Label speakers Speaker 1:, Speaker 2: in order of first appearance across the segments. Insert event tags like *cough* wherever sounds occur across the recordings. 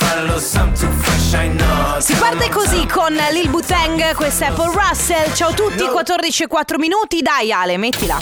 Speaker 1: bello, something fresh, I know.
Speaker 2: Si parte così con Lil Butang, questa è Paul Russell. Ciao a tutti, 14 e 4 minuti. Dai Ale, mettila.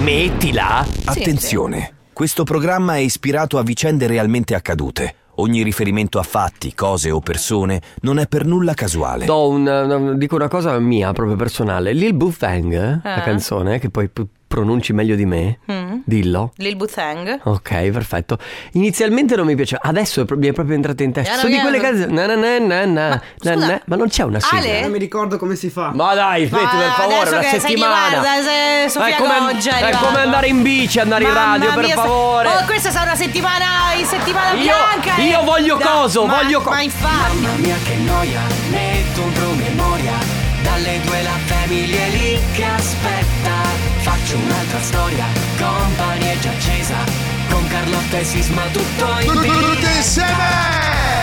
Speaker 3: Mettila!
Speaker 4: Attenzione, questo programma è ispirato a vicende realmente accadute. Ogni riferimento a fatti, cose o persone non è per nulla casuale.
Speaker 3: Do un, una- dico una cosa mia, proprio personale. Lil Bufang,
Speaker 2: Eh?
Speaker 3: la canzone, che poi p- pronunci meglio di me,
Speaker 2: Mm.
Speaker 3: dillo.
Speaker 2: Lil Butang.
Speaker 3: Ok, perfetto. Inizialmente non mi piaceva, adesso è pro- mi è proprio entrata in testa.
Speaker 2: Eh,
Speaker 3: Sono di
Speaker 2: non
Speaker 3: quelle
Speaker 2: è-
Speaker 3: canzoni. na na na na na,
Speaker 2: Ma,
Speaker 3: na
Speaker 2: scusa.
Speaker 3: na. Ma non c'è una sigla.
Speaker 2: Ale?
Speaker 5: Non mi ricordo come si fa.
Speaker 3: Ma dai, smetti per
Speaker 2: adesso
Speaker 3: favore, una
Speaker 2: che sai chi
Speaker 3: settimana.
Speaker 2: guarda, se
Speaker 3: Ma è
Speaker 2: Sofia
Speaker 3: come,
Speaker 2: Goggia è
Speaker 3: è
Speaker 2: arrivata.
Speaker 3: come andare in bici, andare
Speaker 2: Mamma
Speaker 3: in radio, per
Speaker 2: mia, sta-
Speaker 3: favore.
Speaker 2: Oh, questa sarà una settimana in settimana
Speaker 3: Io-
Speaker 2: bianca. eh.
Speaker 3: io voglio
Speaker 2: Da-
Speaker 3: coso,
Speaker 2: ma-
Speaker 3: voglio co-
Speaker 2: Ma infatti.
Speaker 1: Mia che noia, metto un promemoria. Dalle due la famiglia è lì che aspetta. Faccio un'altra storia, compagnie già accesa. Con Carlotta e Sisma tutto in diretta.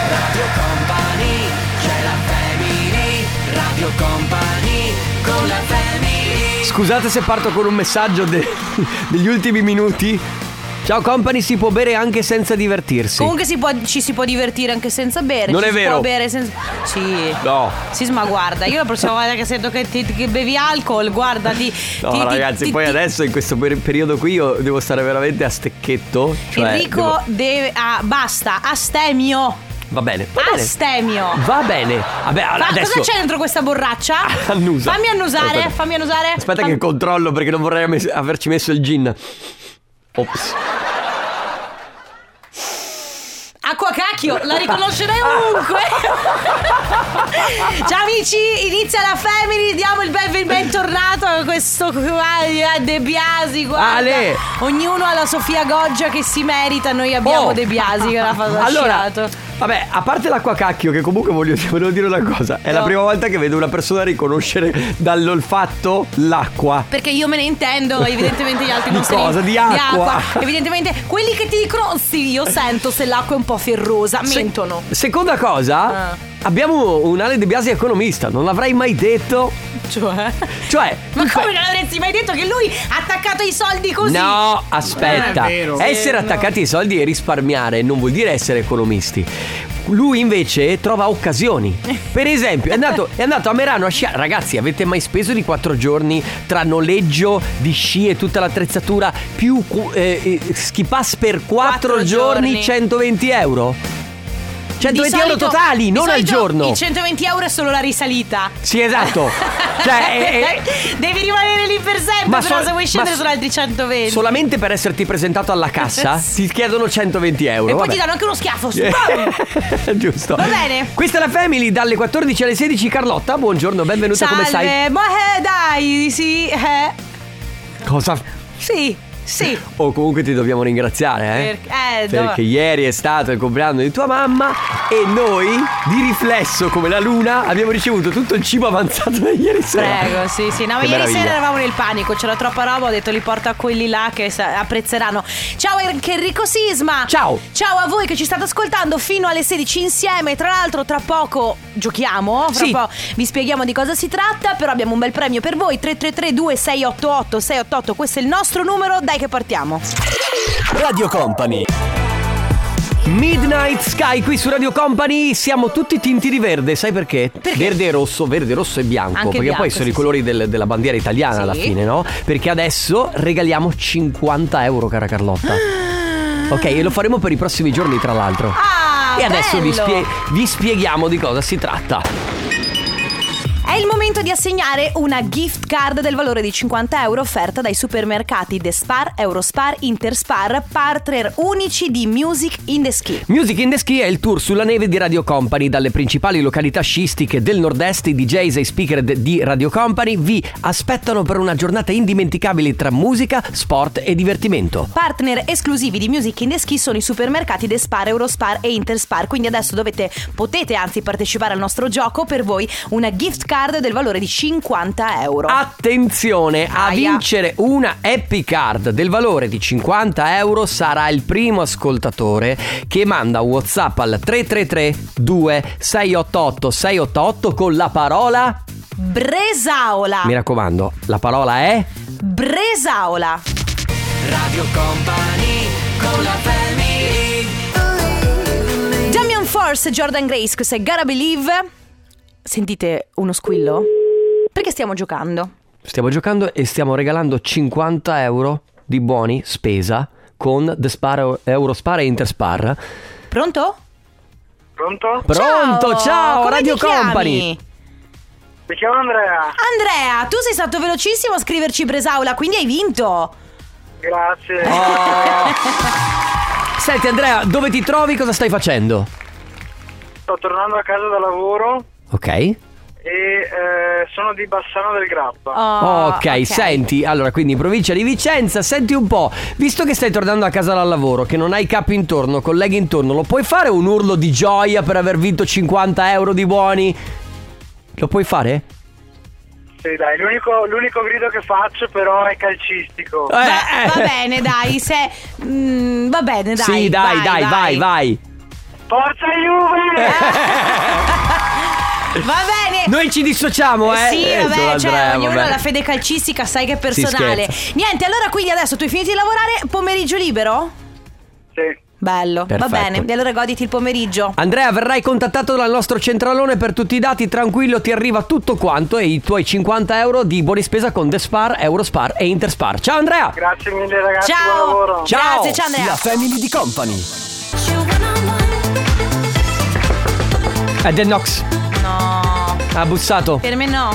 Speaker 1: Radio Company, c'è la family. Radio Company, con la family.
Speaker 3: Scusate se parto con un messaggio de- *laughs* degli ultimi minuti. Ciao company, si può bere anche senza divertirsi.
Speaker 2: Comunque si può- ci si può divertire anche senza bere.
Speaker 3: Non
Speaker 2: ci
Speaker 3: è
Speaker 2: si
Speaker 3: vero.
Speaker 2: Può bere senza... Sì.
Speaker 3: No.
Speaker 2: Sisma, guarda, io la prossima volta che sento che, ti, che bevi alcol, guarda, ti.
Speaker 3: No
Speaker 2: ti- ti-
Speaker 3: ragazzi,
Speaker 2: ti-
Speaker 3: poi
Speaker 2: ti-
Speaker 3: adesso in questo per- periodo qui io devo stare veramente a stecchetto. Cioè,
Speaker 2: Enrico
Speaker 3: devo-
Speaker 2: deve. Ah, basta, astemio.
Speaker 3: Va bene, va bene.
Speaker 2: Astemio.
Speaker 3: Va bene. Vabbè,
Speaker 2: Ma
Speaker 3: adesso...
Speaker 2: cosa c'è dentro
Speaker 3: *laughs*
Speaker 2: questa borraccia?
Speaker 3: Annusa.
Speaker 2: Fammi annusare,
Speaker 3: Aspetta.
Speaker 2: fammi annusare.
Speaker 3: Aspetta
Speaker 2: Fam-
Speaker 3: che controllo perché non vorrei mes- averci messo il gin. Ops.
Speaker 2: Acqua cacchio, la riconoscerei
Speaker 3: *laughs*
Speaker 2: ovunque. Ciao amici, inizia la family, diamo il ben- bentornato a questo qua eh, De Biasi. Guarda.
Speaker 3: Ale.
Speaker 2: Ognuno ha la Sofia Goggia che si merita, noi abbiamo
Speaker 3: Oh.
Speaker 2: De Biasi che
Speaker 3: *laughs*
Speaker 2: l'ha fatto
Speaker 3: Allora,
Speaker 2: lasciato.
Speaker 3: vabbè, a parte l'acqua cacchio, che comunque voglio, *laughs* volevo dire una cosa: è la
Speaker 2: No.
Speaker 3: prima volta che vedo una persona riconoscere dall'olfatto l'acqua.
Speaker 2: Perché io me ne
Speaker 3: *laughs*
Speaker 2: intendo, evidentemente gli altri
Speaker 3: Di
Speaker 2: non se
Speaker 3: cosa?
Speaker 2: ne
Speaker 3: Di acqua.
Speaker 2: Evidentemente quelli che ti crozzi io sento se l'acqua è un po' ferrosa,
Speaker 3: Se-
Speaker 2: mentono.
Speaker 3: seconda cosa,
Speaker 2: Ah.
Speaker 3: abbiamo un Ale De Biasi economista, non l'avrei mai detto.
Speaker 2: Cioè.
Speaker 3: Cioè,
Speaker 2: Ma
Speaker 3: tu fai-
Speaker 2: come non avresti mai detto che lui ha attaccato i soldi così? Eh,
Speaker 3: No, aspetta.
Speaker 5: Non è vero.
Speaker 3: Essere attaccati ai soldi e risparmiare non vuol dire essere economisti. Lui invece trova
Speaker 2: *laughs*
Speaker 3: occasioni. Per esempio, è andato, è andato a Merano a sciare. Ragazzi, avete mai speso di quattro giorni tra noleggio di sci e tutta l'attrezzatura più cu- eh, eh, ski pass per quattro
Speaker 2: Quattro
Speaker 3: giorni,
Speaker 2: giorni.
Speaker 3: 120 euro? 120
Speaker 2: Di
Speaker 3: Cioè, euro
Speaker 2: solito-
Speaker 3: totali,
Speaker 2: di
Speaker 3: non al
Speaker 2: solito
Speaker 3: giorno.
Speaker 2: I 120 euro è solo la risalita.
Speaker 3: Sì,
Speaker 2: *laughs*
Speaker 3: esatto. Cioè, è- è-
Speaker 2: Devi rimanere lì per sempre, però
Speaker 3: sol-
Speaker 2: se vuoi scendere
Speaker 3: ma
Speaker 2: sono altri 120.
Speaker 3: Solamente per esserti presentato alla cassa
Speaker 2: *laughs* Sì.
Speaker 3: ti chiedono 120 euro.
Speaker 2: e poi
Speaker 3: vabbè.
Speaker 2: ti danno anche uno
Speaker 3: *laughs*
Speaker 2: schiaffo. Bam!
Speaker 3: Eh, *laughs* Giusto.
Speaker 2: Va bene.
Speaker 3: Questa è la Family dalle 14 alle 16. Carlotta, buongiorno, benvenuta, come stai?
Speaker 2: Salve, ma eh, dai, sì, eh,
Speaker 3: Cosa?
Speaker 2: sì, sì.
Speaker 3: Oh, comunque ti dobbiamo ringraziare, eh?
Speaker 2: Perché- eh, dove-
Speaker 3: Perché ieri è stato il compleanno di tua mamma e noi, di riflesso come la luna, abbiamo ricevuto tutto il cibo avanzato da ieri sera.
Speaker 2: Prego, sì, sì. No, ma
Speaker 3: Che
Speaker 2: ieri
Speaker 3: meraviglia.
Speaker 2: sera eravamo nel panico, c'era troppa roba, ho detto li porto a quelli là che sa- apprezzeranno. Ciao anche Enrico Sisma.
Speaker 3: Ciao.
Speaker 2: Ciao a voi che ci state ascoltando fino alle 16 insieme. Tra l'altro tra poco giochiamo, fra
Speaker 3: Sì.
Speaker 2: po' vi spieghiamo di cosa si tratta, però abbiamo un bel premio per voi 333 2688 688, questo è il nostro numero, dai che partiamo.
Speaker 3: Radio Company. Midnight Sky qui su Radio Company siamo tutti tinti di verde, sai perché? Verde e rosso, verde, rosso e bianco,
Speaker 2: Anche
Speaker 3: perché
Speaker 2: bianco,
Speaker 3: poi sono
Speaker 2: sì,
Speaker 3: i colori del- della bandiera italiana alla
Speaker 2: Sì.
Speaker 3: fine, no? Perché adesso regaliamo 50 euro, cara Carlotta. ok, e lo faremo per i prossimi giorni, tra l'altro.
Speaker 2: Ah,
Speaker 3: e adesso vi,
Speaker 2: bello.
Speaker 3: spie- vi spieghiamo di cosa si tratta.
Speaker 2: È il momento di assegnare una gift card del valore di 50 euro offerta dai supermercati The Spar, Eurospar, Interspar, partner unici di Music in the Ski.
Speaker 3: Music in the Ski è il tour sulla neve di Radio Company. Dalle principali località sciistiche del nord-est, i DJs e i speaker de- di Radio Company vi aspettano per una giornata indimenticabile tra musica, sport e divertimento.
Speaker 2: Partner esclusivi di Music in the Ski sono i supermercati The Spar, Eurospar e Interspar, quindi adesso dovete, potete anzi partecipare al nostro gioco per voi una gift card del valore di 50 euro.
Speaker 3: Ah. Attenzione, a
Speaker 2: Aia.
Speaker 3: vincere una Happy Card del valore di 50 euro sarà il primo ascoltatore che manda un WhatsApp al 333 2688 688 con la parola.
Speaker 2: Bresaola!
Speaker 3: Mi raccomando, la parola è.
Speaker 2: Bresaola! Radio Company con la family. Nurse Jordan Grace, questa è Gotta Believe. Sentite uno squillo? Perché stiamo giocando?
Speaker 3: Stiamo giocando e stiamo regalando 50 euro di buoni spesa con The Spar, Eurospar e Interspar.
Speaker 2: Pronto?
Speaker 5: Pronto?
Speaker 3: Pronto, ciao,
Speaker 2: come
Speaker 3: Radio
Speaker 2: ti chiami?
Speaker 3: Company.
Speaker 5: Mi chiamo Andrea.
Speaker 2: Andrea, tu sei stato velocissimo a scriverci Bresaula, quindi hai vinto.
Speaker 5: Grazie.
Speaker 3: Senti Andrea, dove ti trovi? Cosa stai facendo?
Speaker 5: Sto tornando a casa da lavoro
Speaker 3: Ok.
Speaker 5: e eh, sono di Bassano del Grappa.
Speaker 2: Oh,
Speaker 3: Ok, senti, allora quindi in provincia di Vicenza, senti un po', visto che stai tornando a casa dal lavoro, che non hai capi intorno, colleghi intorno, lo puoi fare un urlo di gioia per aver vinto 50 euro di buoni? Lo puoi fare?
Speaker 5: Sì, dai, l'unico, l'unico grido che faccio però è calcistico.
Speaker 3: Eh,
Speaker 2: Va,
Speaker 3: eh.
Speaker 2: va bene, dai, se. mm, va bene, dai. Eh.
Speaker 3: Sì, dai, dai, vai, vai.
Speaker 5: Forza Juve!
Speaker 2: Va bene.
Speaker 3: *laughs* Noi ci dissociamo, eh.
Speaker 2: Sì,
Speaker 3: Eh,
Speaker 2: vabbè,
Speaker 3: solo
Speaker 2: cioè,
Speaker 3: Andrea,
Speaker 2: ognuno
Speaker 3: vabbè.
Speaker 2: ha la fede calcistica, sai che è personale.
Speaker 3: scherza.
Speaker 2: Niente, allora quindi adesso tu hai finito di lavorare, pomeriggio libero?
Speaker 5: Sì.
Speaker 2: Bello, va
Speaker 3: Perfetto.
Speaker 2: bene. E allora goditi il pomeriggio.
Speaker 3: Andrea, verrai contattato dal nostro centralone per tutti i dati, tranquillo, ti arriva tutto quanto e i tuoi 50 euro di buoni spesa con Despar, Eurospar e Interspar. Ciao Andrea!
Speaker 5: Grazie mille ragazzi, buon
Speaker 2: Ciao.
Speaker 5: lavoro.
Speaker 3: Ciao.
Speaker 2: Grazie, ciao Andrea.
Speaker 4: La family di company.
Speaker 3: È The Nox,
Speaker 2: No,
Speaker 3: ha bussato.
Speaker 2: per me no.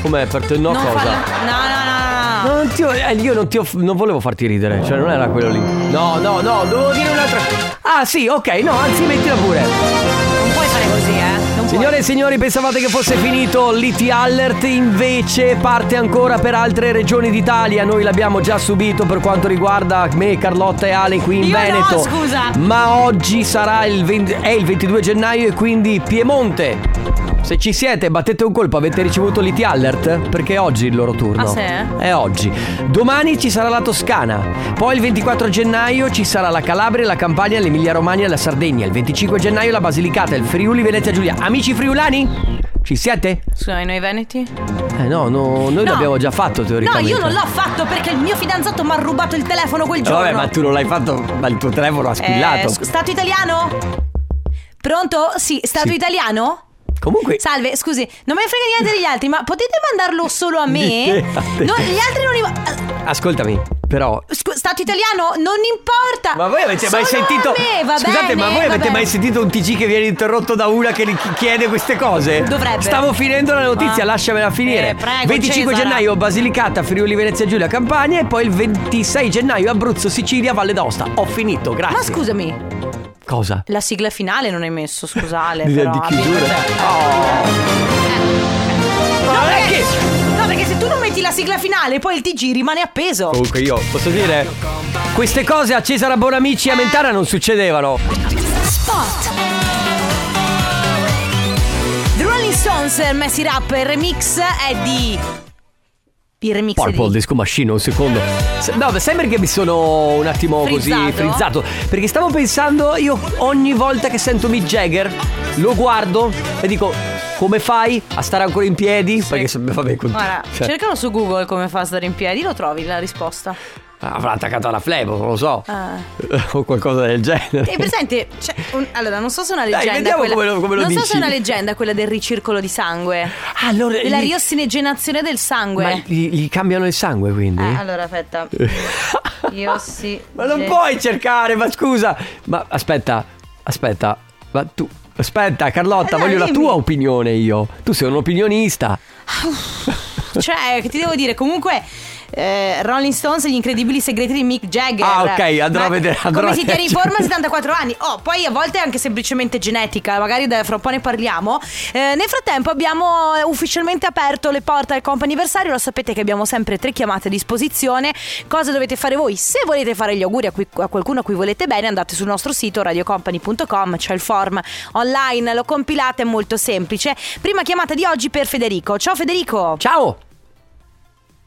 Speaker 3: Com'è per te no
Speaker 2: non
Speaker 3: cosa?
Speaker 2: farlo- No, no, no, no.
Speaker 3: No, non ti ho- eh, io non ti ho- non volevo farti ridere, cioè non era quello lì. No, no, no, dovevo dire un'altra. Ah, sì, ok, no, anzi mettila pure.
Speaker 2: Non puoi fare così, eh. Non
Speaker 3: Signore e signori, pensavate che fosse finito l'IT Alert, invece parte ancora per altre regioni d'Italia. Noi l'abbiamo già subito per quanto riguarda me, Carlotta e Ale qui in
Speaker 2: Io no,
Speaker 3: Veneto.
Speaker 2: scusa.
Speaker 3: Ma oggi sarà il 20 è il 22 gennaio e quindi Piemonte. Se ci siete, battete un colpo, avete ricevuto l'IT Alert? Perché è oggi il loro turno.
Speaker 2: Ah, sì?
Speaker 3: È oggi. Domani ci sarà la Toscana. Poi il 24 gennaio ci sarà la Calabria, la Campania, l'Emilia Romagna e la Sardegna. Il 25 gennaio la Basilicata, il Friuli, Venezia Giulia. Amici friulani? Ci siete?
Speaker 2: puoi. Scusami, noi veneti?
Speaker 3: Eh no, no noi
Speaker 2: No.
Speaker 3: l'abbiamo già fatto
Speaker 2: No,
Speaker 3: teoricamente. Eh,
Speaker 2: io non l'ho fatto perché il mio fidanzato mi ha rubato il telefono quel giorno.
Speaker 3: Vabbè, ma tu non l'hai fatto, ma il tuo telefono ha
Speaker 2: Eh,
Speaker 3: squillato.
Speaker 2: scu- stato italiano? Pronto? Sì, stato
Speaker 3: Sì.
Speaker 2: italiano?
Speaker 3: Comunque,
Speaker 2: Salve, scusi, non me ne frega niente degli altri, ma potete mandarlo
Speaker 3: *laughs*
Speaker 2: solo a me?
Speaker 3: Di te, a te.
Speaker 2: No, gli altri non im-
Speaker 3: ascoltami, però
Speaker 2: Scu- stato italiano? Non importa.
Speaker 3: Ma voi avete mai
Speaker 2: Solo
Speaker 3: sentito.
Speaker 2: a me, va
Speaker 3: Scusate,
Speaker 2: bene,
Speaker 3: ma voi
Speaker 2: va
Speaker 3: avete
Speaker 2: bene.
Speaker 3: mai sentito un TG che viene interrotto da una che gli chi- chiede queste cose?
Speaker 2: Dovrebbe.
Speaker 3: Stavo finendo la notizia,
Speaker 2: Ah.
Speaker 3: lasciamela finire.
Speaker 2: Eh, prego,
Speaker 3: 25
Speaker 2: Cesara.
Speaker 3: gennaio Basilicata, Friuli Venezia Giulia, Campania e poi il 26 gennaio Abruzzo, Sicilia, Valle d'Aosta. Ho finito, grazie.
Speaker 2: Ma scusami,
Speaker 3: Cosa?
Speaker 2: la sigla finale non hai messo,
Speaker 3: *laughs*
Speaker 2: scusate.
Speaker 3: Di-
Speaker 2: però,
Speaker 3: di
Speaker 2: abbi-
Speaker 3: chiusura?
Speaker 2: No,
Speaker 3: Ma non è
Speaker 2: perché-
Speaker 3: che-
Speaker 2: No, perché se tu non metti la sigla finale, poi il TG rimane appeso.
Speaker 3: Comunque io posso dire queste cose a Cesara Bonamici e a Mentana non succedevano.
Speaker 2: The Rolling Stones eh, Messy Rap il remix è di il remix è
Speaker 3: Purple
Speaker 2: di
Speaker 3: Disco Machine, un secondo. Se- No, beh, sembra che mi sono un attimo così
Speaker 2: Frizzato?
Speaker 3: frizzato. Perché stavo pensando, io ogni volta che sento Mick Jagger, lo guardo e dico. Come fai a stare ancora in piedi? Perché se vabbè, con...
Speaker 2: Guarda,
Speaker 3: cioè,
Speaker 2: cercalo su Google come fa a stare in piedi, lo trovi la risposta.
Speaker 3: avrà attaccato alla flebo, non lo so.
Speaker 2: Ah.
Speaker 3: *laughs* o qualcosa del genere.
Speaker 2: È presente? c'è un- allora, non so se è una leggenda.
Speaker 3: vediamo
Speaker 2: quella,
Speaker 3: come lo- come lo
Speaker 2: non so
Speaker 3: dici.
Speaker 2: se è una leggenda quella del ricircolo di sangue.
Speaker 3: Allora,
Speaker 2: Della
Speaker 3: gli-
Speaker 2: riossigenogenazione del sangue.
Speaker 3: ma gli, gli cambiano il sangue, quindi?
Speaker 2: Eh, allora,
Speaker 3: *laughs*
Speaker 2: aspetta. Io sì.
Speaker 3: Ma non
Speaker 2: ge-
Speaker 3: puoi cercare, ma scusa. Ma aspetta, aspetta, ma tu. Aspetta, Carlotta,
Speaker 2: Eh, dai,
Speaker 3: voglio la
Speaker 2: dimmi.
Speaker 3: tua opinione io. Tu sei un opinionista.
Speaker 2: Cioè, che ti devo dire, comunque. eh, Rolling Stones e gli incredibili segreti di Mick Jagger.
Speaker 3: Ah, ok, andrò
Speaker 2: Ma
Speaker 3: a vedere- andrò
Speaker 2: come
Speaker 3: a
Speaker 2: si tiene in
Speaker 3: leggere.
Speaker 2: forma a 74 anni? Oh, poi a volte è anche semplicemente genetica, magari da- fra un po' ne parliamo. Eh, nel frattempo abbiamo eh, ufficialmente aperto le porte al comp'anniversario. Lo sapete che abbiamo sempre tre chiamate a disposizione. Cosa dovete fare voi? Se volete fare gli auguri a, cui- a qualcuno a cui volete bene, andate sul nostro sito radiocompany.com, c'è il form online, lo compilate, è molto semplice. Prima chiamata di oggi per Federico. Ciao Federico.
Speaker 3: Ciao!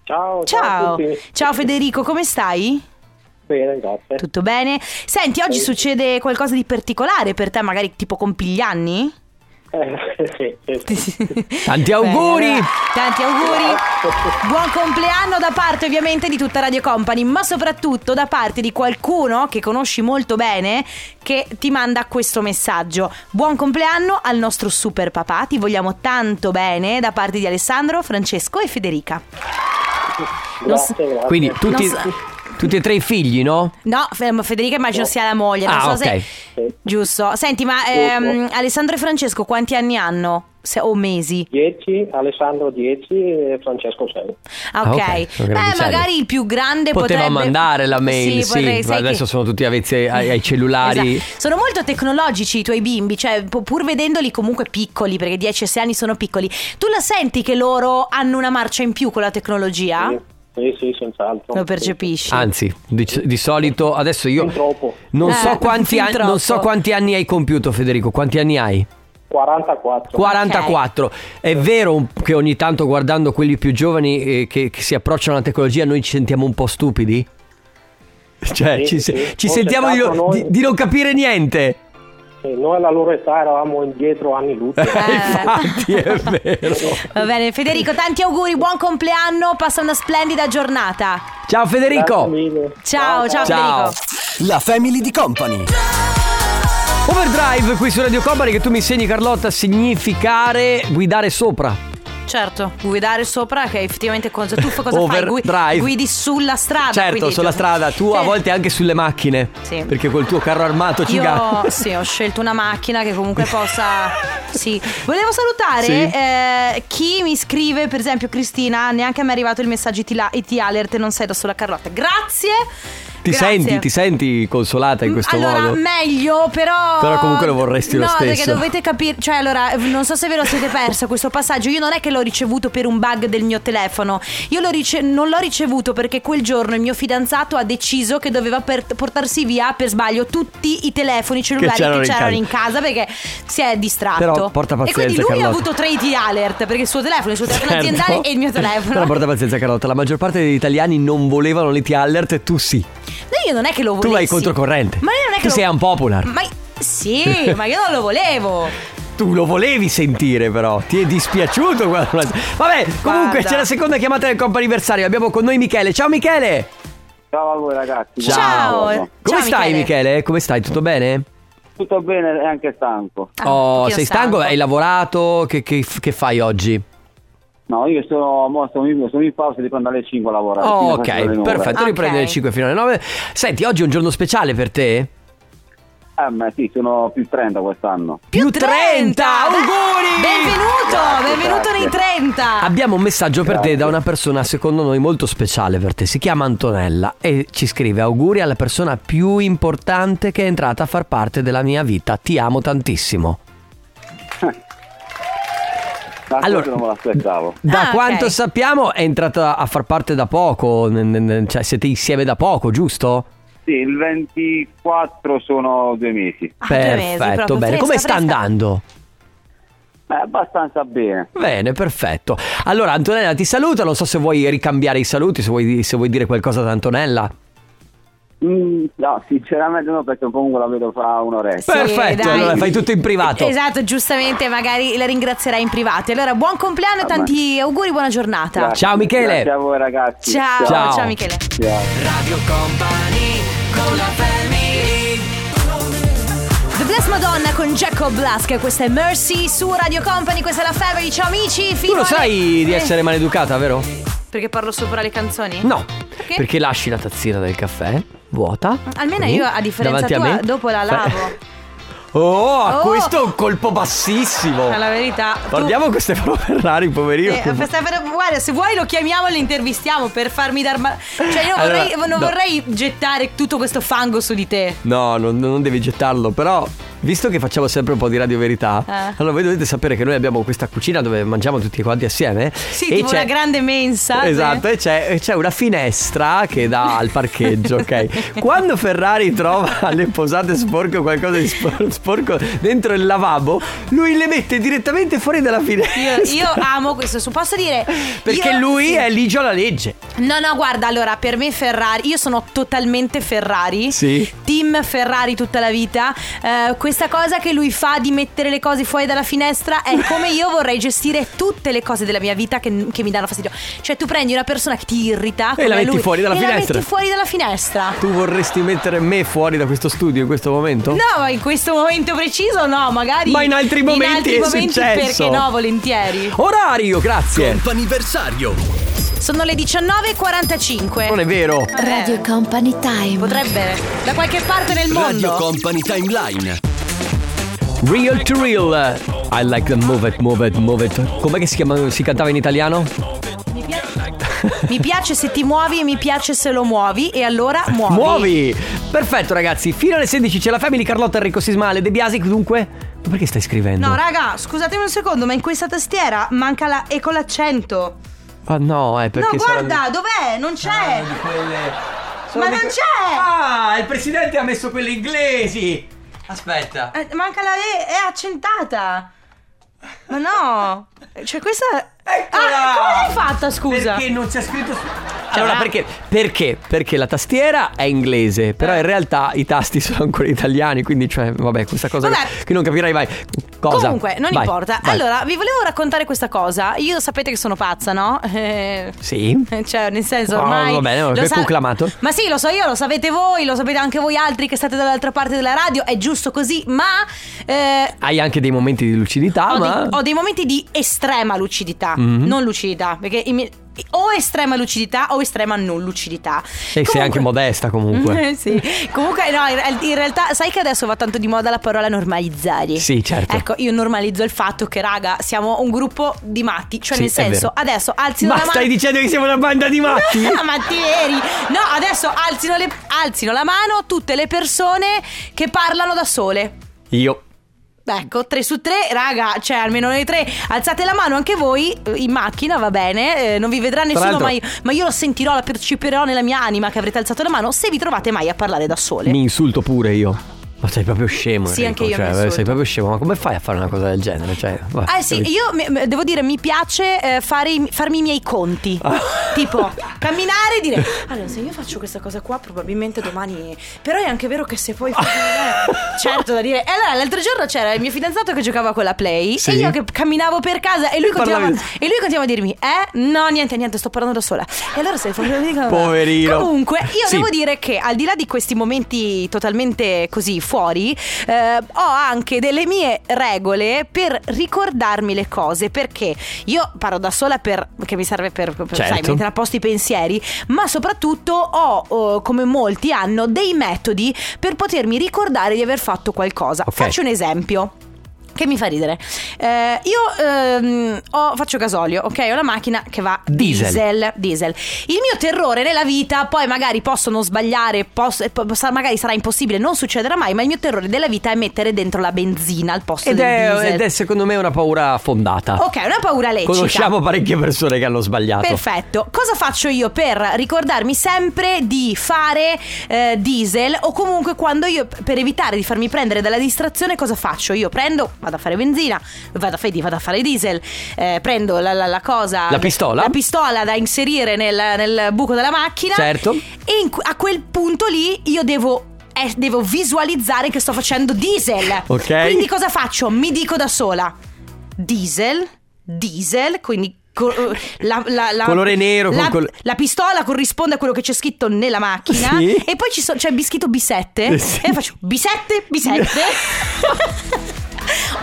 Speaker 6: Ciao,
Speaker 2: Ciao,
Speaker 6: a tutti.
Speaker 2: ciao Federico, come stai?
Speaker 6: Bene, grazie.
Speaker 2: Tutto bene? Senti, oggi succede qualcosa di particolare per te, magari tipo compi gli anni?
Speaker 6: Eh, *laughs* sì, sì, sì.
Speaker 3: Tanti
Speaker 2: Bene,
Speaker 3: auguri!
Speaker 2: allora,
Speaker 6: *laughs*
Speaker 2: tanti auguri! Buon compleanno da parte ovviamente di tutta Radio Company, ma soprattutto da parte di qualcuno che conosci molto bene che ti manda questo messaggio. Buon compleanno al nostro super papà, ti vogliamo tanto bene da parte di Alessandro, Francesco e Federica. Non s-
Speaker 6: Grazie, grazie.
Speaker 3: Quindi tutti,
Speaker 2: Non
Speaker 3: tutti e tre i figli, no?
Speaker 2: No, F- Federica immagino sia la moglie, non
Speaker 3: Ah,
Speaker 2: so
Speaker 3: ok.
Speaker 2: se... Giusto. Senti, ma ehm, Alessandro e Francesco quanti anni hanno? Se- o mesi?
Speaker 6: 10, Alessandro 10 e Francesco 6.
Speaker 2: Ah,
Speaker 3: Ah,
Speaker 2: ok.
Speaker 3: ok, sono
Speaker 2: Beh,
Speaker 3: grandicelli.
Speaker 2: magari il più grande
Speaker 3: Poteva
Speaker 2: potrebbe
Speaker 3: mandare la mail, sì,
Speaker 2: potrei-
Speaker 3: ma
Speaker 2: sai
Speaker 3: adesso
Speaker 2: che-
Speaker 3: sono tutti avvezzi ai, ai cellulari.
Speaker 2: *laughs* Esatto. Sono molto tecnologici i tuoi bimbi, cioè pu- pur vedendoli comunque piccoli, perché 10 e 6 anni sono piccoli. Tu la senti che loro hanno una marcia in più con la tecnologia?
Speaker 6: Sì, sì, senz'altro.
Speaker 2: Ah? Lo percepisci?
Speaker 3: Anzi, di, di solito adesso io
Speaker 6: Fin troppo.
Speaker 3: non
Speaker 2: Eh,
Speaker 3: so quanti
Speaker 2: fin
Speaker 3: anni
Speaker 2: troppo.
Speaker 3: non so quanti anni hai compiuto Federico, quanti anni hai?
Speaker 6: 44.
Speaker 3: 44. È vero un- che ogni tanto guardando quelli più giovani eh, che, che si approcciano alla tecnologia noi ci sentiamo un po' stupidi? Cioè,
Speaker 6: Sì,
Speaker 3: ci,
Speaker 6: sì.
Speaker 3: se- ci
Speaker 6: Forse
Speaker 3: sentiamo di,
Speaker 6: tanto
Speaker 3: di-
Speaker 6: noi-
Speaker 3: di non capire niente.
Speaker 6: Sì, noi alla loro età eravamo indietro anni luce.
Speaker 3: *laughs*
Speaker 2: Eh.
Speaker 3: Infatti, è vero.
Speaker 2: Va bene, Federico, tanti auguri, buon compleanno, passa una splendida giornata.
Speaker 3: Ciao
Speaker 6: Grazie
Speaker 3: Federico.
Speaker 6: mille.
Speaker 2: Ciao, ciao,
Speaker 3: Ciao.
Speaker 2: Federico.
Speaker 4: La Family di Company.
Speaker 3: Overdrive qui su Radio Company che tu mi insegni Carlotta a significare guidare sopra.
Speaker 2: Certo, guidare sopra che effettivamente cosa tu fa- cosa fai? Gui-
Speaker 3: Overdrive.
Speaker 2: guidi sulla strada.
Speaker 3: certo,
Speaker 2: quindi-
Speaker 3: sulla strada, tu a
Speaker 2: Sì.
Speaker 3: volte anche sulle macchine.
Speaker 2: Sì.
Speaker 3: Perché col tuo carro armato ci
Speaker 2: *laughs* Io
Speaker 3: ga-
Speaker 2: sì, ho scelto una macchina che
Speaker 3: *laughs*
Speaker 2: comunque possa. Sì. Volevo salutare
Speaker 3: Sì.
Speaker 2: eh, chi mi scrive, per esempio, Cristina. Neanche a me è arrivato il messaggio IT, la- IT alert, non sei da sola Carlotta. Grazie.
Speaker 3: Ti
Speaker 2: Grazie. Mm,
Speaker 3: senti, ti senti consolata in questo
Speaker 2: allora,
Speaker 3: modo?
Speaker 2: meglio, però.
Speaker 3: Però comunque lo vorresti lo
Speaker 2: no, perché
Speaker 3: stesso.
Speaker 2: dovete capire. Cioè, allora, non so se ve lo siete perso questo passaggio. Io non è che l'ho ricevuto per un bug del mio telefono. Io l'ho rice- non l'ho ricevuto perché quel giorno il mio fidanzato ha deciso che doveva per- portarsi via per sbaglio tutti i telefoni cellulari che c'erano,
Speaker 3: c'erano in
Speaker 2: in, casa. perché si è distratto.
Speaker 3: Però porta pazienza,
Speaker 2: E quindi lui ha
Speaker 3: Carlotta.
Speaker 2: avuto tre IT alert perché il suo telefono, il suo telefono
Speaker 3: Certo.
Speaker 2: aziendale e il mio
Speaker 3: Però
Speaker 2: telefono.
Speaker 3: porta pazienza Carlotta, la maggior parte degli italiani non volevano l'IT alert e tu sì.
Speaker 2: No, io non è che lo
Speaker 3: Tu
Speaker 2: volessi
Speaker 3: vai controcorrente.
Speaker 2: Ma io non è che
Speaker 3: tu
Speaker 2: lo-
Speaker 3: sei un popular.
Speaker 2: Ma sì, ma io non lo volevo.
Speaker 3: Tu lo volevi sentire però, ti è dispiaciuto quando... Vabbè, comunque
Speaker 2: Guarda.
Speaker 3: c'è la seconda chiamata del compa anniversario, abbiamo con noi Michele. Ciao Michele!
Speaker 7: Ciao a voi ragazzi.
Speaker 2: Ciao.
Speaker 7: Buongiorno.
Speaker 3: Come
Speaker 2: Ciao,
Speaker 3: stai
Speaker 2: Michele?
Speaker 3: Michele? Come stai? Tutto bene?
Speaker 7: Tutto bene e anche stanco.
Speaker 2: Ah, un
Speaker 3: oh,
Speaker 2: pochino
Speaker 3: sei stanco? Hai lavorato? Che, che- che fai oggi?
Speaker 7: No, io sono, mo sono, in, sono in pausa di quando alle 5 a lavorare.
Speaker 3: Oh,
Speaker 7: fino a quasi alle
Speaker 3: ok,
Speaker 7: nove.
Speaker 3: perfetto,
Speaker 2: Ok.
Speaker 3: riprendi le 5 fino alle 9. Senti, oggi è un giorno speciale per te?
Speaker 7: Eh, ma sì, sono più 30 quest'anno.
Speaker 3: Più 30, auguri! Ah,
Speaker 2: Auguri! Benvenuto,
Speaker 7: Grazie,
Speaker 2: benvenuto nei
Speaker 7: grazie.
Speaker 2: 30.
Speaker 3: Abbiamo un messaggio per te
Speaker 7: Grazie.
Speaker 3: da una persona secondo noi molto speciale per te, si chiama Antonella e ci scrive auguri alla persona più importante che è entrata a far parte della mia vita, ti amo tantissimo.
Speaker 7: Ma
Speaker 3: Allora-
Speaker 7: questo non me l'aspettavo.
Speaker 3: Da
Speaker 2: Ah, ok.
Speaker 3: quanto sappiamo è entrata a far parte da poco, n- n- n- cioè siete insieme da poco, giusto?
Speaker 7: Sì, il 24 sono due mesi.
Speaker 2: Ah, due mesi,
Speaker 3: Perfetto,
Speaker 2: proprio,
Speaker 3: bene.
Speaker 2: fresca,
Speaker 3: Come sta
Speaker 2: fresca. *laughs*
Speaker 3: andando?
Speaker 7: Eh, abbastanza bene.
Speaker 3: Bene, perfetto. Allora, Antonella ti saluta. Non so se vuoi ricambiare i saluti, se vuoi, se vuoi dire qualcosa ad Antonella.
Speaker 7: Mm, no, sinceramente no, perché comunque la vedo fra un'oretta.
Speaker 3: perfetto,
Speaker 2: dai.
Speaker 3: allora fai tutto in privato.
Speaker 2: Esatto, giustamente, magari la ringrazierai in privato. Allora, buon compleanno e
Speaker 3: Ah,
Speaker 7: Va bene.
Speaker 2: tanti auguri, buona giornata.
Speaker 7: Grazie.
Speaker 3: Ciao, Michele.
Speaker 7: Grazie a voi ragazzi.
Speaker 2: Ciao,
Speaker 3: Ciao.
Speaker 2: ciao, Michele.
Speaker 7: Ciao.
Speaker 1: Radio Company con la family
Speaker 2: The Bless Madonna con Jacob Blask, questa è Mercy su Radio Company, questa è la Family. Ciao amici,
Speaker 3: Tu
Speaker 2: fino
Speaker 3: lo
Speaker 2: alle-
Speaker 3: sai di
Speaker 2: Eh,
Speaker 3: essere maleducata, vero?
Speaker 2: Perché parlo sopra le canzoni?
Speaker 3: No,
Speaker 2: Perché?
Speaker 3: perché lasci la tazzina del caffè vuota.
Speaker 2: Almeno
Speaker 3: Quindi,
Speaker 2: io, a differenza
Speaker 3: davanti a
Speaker 2: tua,
Speaker 3: me,
Speaker 2: dopo
Speaker 3: fa- *laughs*
Speaker 2: la lavo.
Speaker 3: Oh, a
Speaker 2: Oh!
Speaker 3: questo è un colpo bassissimo.
Speaker 2: È Ah, la verità. Tu-
Speaker 3: Guardiamo *laughs* questo Stefano Ferrari, poverino.
Speaker 2: Eh, Stefano, guarda, se vuoi lo chiamiamo e lo intervistiamo per farmi dar ma- Cioè, io
Speaker 3: Allora,
Speaker 2: vorrei- non
Speaker 3: no.
Speaker 2: vorrei gettare tutto questo fango su di te.
Speaker 3: No, non, non devi gettarlo, però visto che facciamo sempre un po' di radio verità,
Speaker 2: Eh.
Speaker 3: allora voi dovete sapere che noi abbiamo questa cucina dove mangiamo tutti quanti assieme.
Speaker 2: Sì, tipo una eh. grande mensa. sì.
Speaker 3: Esatto, e c'è, e c'è una finestra che dà al parcheggio,
Speaker 2: *laughs*
Speaker 3: ok? Quando Ferrari trova le posate sporche o qualcosa di spor- sporco dentro il lavabo, lui le mette direttamente fuori dalla
Speaker 2: Io,
Speaker 3: finestra.
Speaker 2: io amo questo, su- posso dire
Speaker 3: Perché
Speaker 2: io-
Speaker 3: lui
Speaker 2: sì.
Speaker 3: è ligio alla legge.
Speaker 2: No, no, guarda, allora per me Ferrari, io sono totalmente Ferrari.
Speaker 3: Sì.
Speaker 2: Team Ferrari tutta la vita. Eh, que- Questa cosa che lui fa di mettere le cose fuori dalla
Speaker 3: *laughs*
Speaker 2: finestra è come io vorrei gestire tutte le cose della mia vita che, che mi danno fastidio. Cioè, tu prendi una persona che ti irrita come
Speaker 3: la metti
Speaker 2: lui,
Speaker 3: fuori dalla
Speaker 2: e
Speaker 3: finestra.
Speaker 2: la metti fuori dalla finestra.
Speaker 3: Tu vorresti mettere me fuori da questo studio in questo momento?
Speaker 2: No, ma in questo momento preciso no, magari.
Speaker 3: Ma in altri momenti
Speaker 2: altri
Speaker 3: è
Speaker 2: momenti
Speaker 3: successo.
Speaker 2: Perché no, volentieri.
Speaker 3: Orario, grazie.
Speaker 1: Comp'anniversario
Speaker 2: Sono le 19.45.
Speaker 3: Non è vero.
Speaker 8: Radio Company Time.
Speaker 2: Eh, Potrebbe da qualche parte nel mondo.
Speaker 1: Radio Company Timeline
Speaker 3: Real to real. eh. I like the move it, move it, move it. Com'è che si, chiama, si cantava in italiano?
Speaker 2: mi piace se ti muovi e mi piace se lo muovi. E allora muovi.
Speaker 3: Eh, Muovi! Perfetto, ragazzi. Fino alle 16 c'è la Family Carlotta Enrico Sismale. De Biasi, dunque. Ma Perché stai scrivendo?
Speaker 2: No, raga, scusatemi un secondo, ma in questa tastiera manca la E con l'accento.
Speaker 3: Ah, no, è perché.
Speaker 2: no,
Speaker 3: sarà- Ah,
Speaker 2: guarda, dov'è? Non c'è.
Speaker 3: Di quelle- sono
Speaker 2: Ma
Speaker 3: di
Speaker 2: non
Speaker 3: que-
Speaker 2: c'è!
Speaker 3: Ah, il presidente ha messo quelle inglesi! Aspetta.
Speaker 2: Eh, Manca la E, è accentata. Ma no. Cioè, questa.
Speaker 3: Eccola!
Speaker 2: Ah, come l'hai fatta, scusa? Cioè,
Speaker 3: Perché non c'è scritto su- Allora, perché? Perché? Perché la tastiera è inglese, però
Speaker 2: Eh.
Speaker 3: in realtà i tasti *laughs* sono ancora italiani, quindi cioè, vabbè, questa cosa
Speaker 2: Vabbè.
Speaker 3: che- che non capirai mai. Cosa?
Speaker 2: Comunque, non
Speaker 3: Vai,
Speaker 2: importa.
Speaker 3: vai.
Speaker 2: Allora, vi volevo raccontare questa cosa. Io sapete che sono pazza, no? *laughs* Eh,
Speaker 3: Sì.
Speaker 2: *laughs* Cioè, nel senso,
Speaker 3: No,
Speaker 2: ormai.
Speaker 3: Ah, va bene, è conclamato.
Speaker 2: Ma sì, lo so io, lo sapete voi, lo sapete anche voi altri che state dall'altra parte della radio. È giusto così, ma. eh,
Speaker 3: Hai anche dei momenti di lucidità,
Speaker 2: ho,
Speaker 3: Ah, ma Mhm.
Speaker 2: dei, ho dei momenti di estrema lucidità, non lucidità, perché i miei- o estrema lucidità o estrema non lucidità.
Speaker 3: e sei anche
Speaker 2: Comunque-
Speaker 3: modesta comunque.
Speaker 2: *laughs* Eh, sì. Comunque, no, in, real- in realtà, sai che adesso va tanto di moda la parola normalizzare.
Speaker 3: Sì, certo.
Speaker 2: Ecco, io normalizzo il fatto che, raga, siamo un gruppo di matti. Cioè,
Speaker 3: Sì,
Speaker 2: nel
Speaker 3: è
Speaker 2: senso,
Speaker 3: vero.
Speaker 2: adesso alzino
Speaker 3: ma
Speaker 2: la mano.
Speaker 3: stai dicendo che siamo una banda di matti?
Speaker 2: *laughs* No, ma ti Ah, eri. No, adesso alzino, le- alzino la mano tutte le persone che parlano da sole.
Speaker 3: Io
Speaker 2: Ecco, 3 su 3, raga, cioè almeno noi tre, alzate la mano anche voi eh, in macchina, va bene, eh, non vi vedrà nessuno,
Speaker 3: l'altro-
Speaker 2: ma io, ma io lo sentirò, la percepirò nella mia anima che avrete alzato la mano se vi trovate mai a parlare da sole.
Speaker 3: mi insulto pure io. Ma sei proprio scemo.
Speaker 2: Sì,
Speaker 3: Enrico,
Speaker 2: anche io mi
Speaker 3: cioè,
Speaker 2: insulto.
Speaker 3: sei proprio scemo. Ma come fai a fare una cosa del genere? Cioè, va,
Speaker 2: Ah sì,
Speaker 3: capito?
Speaker 2: io mi- devo dire mi piace eh, fare i- farmi i miei conti.
Speaker 3: *laughs*
Speaker 2: tipo camminare e dire "Allora, se io faccio questa cosa qua probabilmente domani però è anche vero che se poi
Speaker 3: *laughs*
Speaker 2: Certo da dire. E allora l'altro giorno c'era il mio fidanzato che giocava con la Play
Speaker 3: Sì.
Speaker 2: e io che camminavo per casa e lui
Speaker 3: Parlavi-
Speaker 2: continuava e lui continuava a dirmi "Eh, no, niente, niente, sto parlando da sola". E allora se
Speaker 3: Poverino.
Speaker 2: Comunque, io
Speaker 3: Sì.
Speaker 2: devo dire che al di là di questi momenti totalmente così fuori, eh, ho anche delle mie regole per ricordarmi le cose. Perché io parlo da sola per, che mi serve per, per,
Speaker 3: Certo.
Speaker 2: sai, mettere a posto i pensieri, ma soprattutto ho, oh, come molti hanno, dei metodi per potermi ricordare di aver fatto qualcosa.
Speaker 3: Ok.
Speaker 2: Faccio un esempio. Che mi fa ridere. Eh, io ehm, ho- faccio gasolio, ok? Ho la macchina che va
Speaker 3: Diesel.
Speaker 2: diesel. diesel. Il mio terrore nella vita, poi magari posso non sbagliare, posso- e po- sa- magari sarà impossibile, non succederà mai, ma il mio terrore della vita è mettere dentro la benzina al posto
Speaker 3: Ed
Speaker 2: del
Speaker 3: è,
Speaker 2: diesel.
Speaker 3: ed è secondo me una paura fondata.
Speaker 2: Ok, è una paura lecita.
Speaker 3: Conosciamo parecchie persone che hanno sbagliato.
Speaker 2: Perfetto, cosa faccio io per ricordarmi sempre di fare eh, diesel o comunque quando io per evitare di farmi prendere dalla distrazione cosa faccio? Io prendo, vado a fare benzina, vado a, fare- vado a fare diesel, eh, prendo la, la- la cosa...
Speaker 3: La pistola?
Speaker 2: La pistola da inserire nel, nel buco della macchina.
Speaker 3: Certo.
Speaker 2: E in que- a quel punto lì io devo... eh, devo visualizzare che sto facendo diesel.
Speaker 3: Ok.
Speaker 2: Quindi cosa faccio? Mi dico da sola diesel, diesel, quindi co- la, la- la-
Speaker 3: Colore nero con
Speaker 2: la,
Speaker 3: col-
Speaker 2: la pistola corrisponde a quello che c'è scritto nella macchina
Speaker 3: Sì.
Speaker 2: e poi ci so- c'è scritto B7
Speaker 3: Eh sì.
Speaker 2: e io faccio B7, B7.
Speaker 3: *laughs*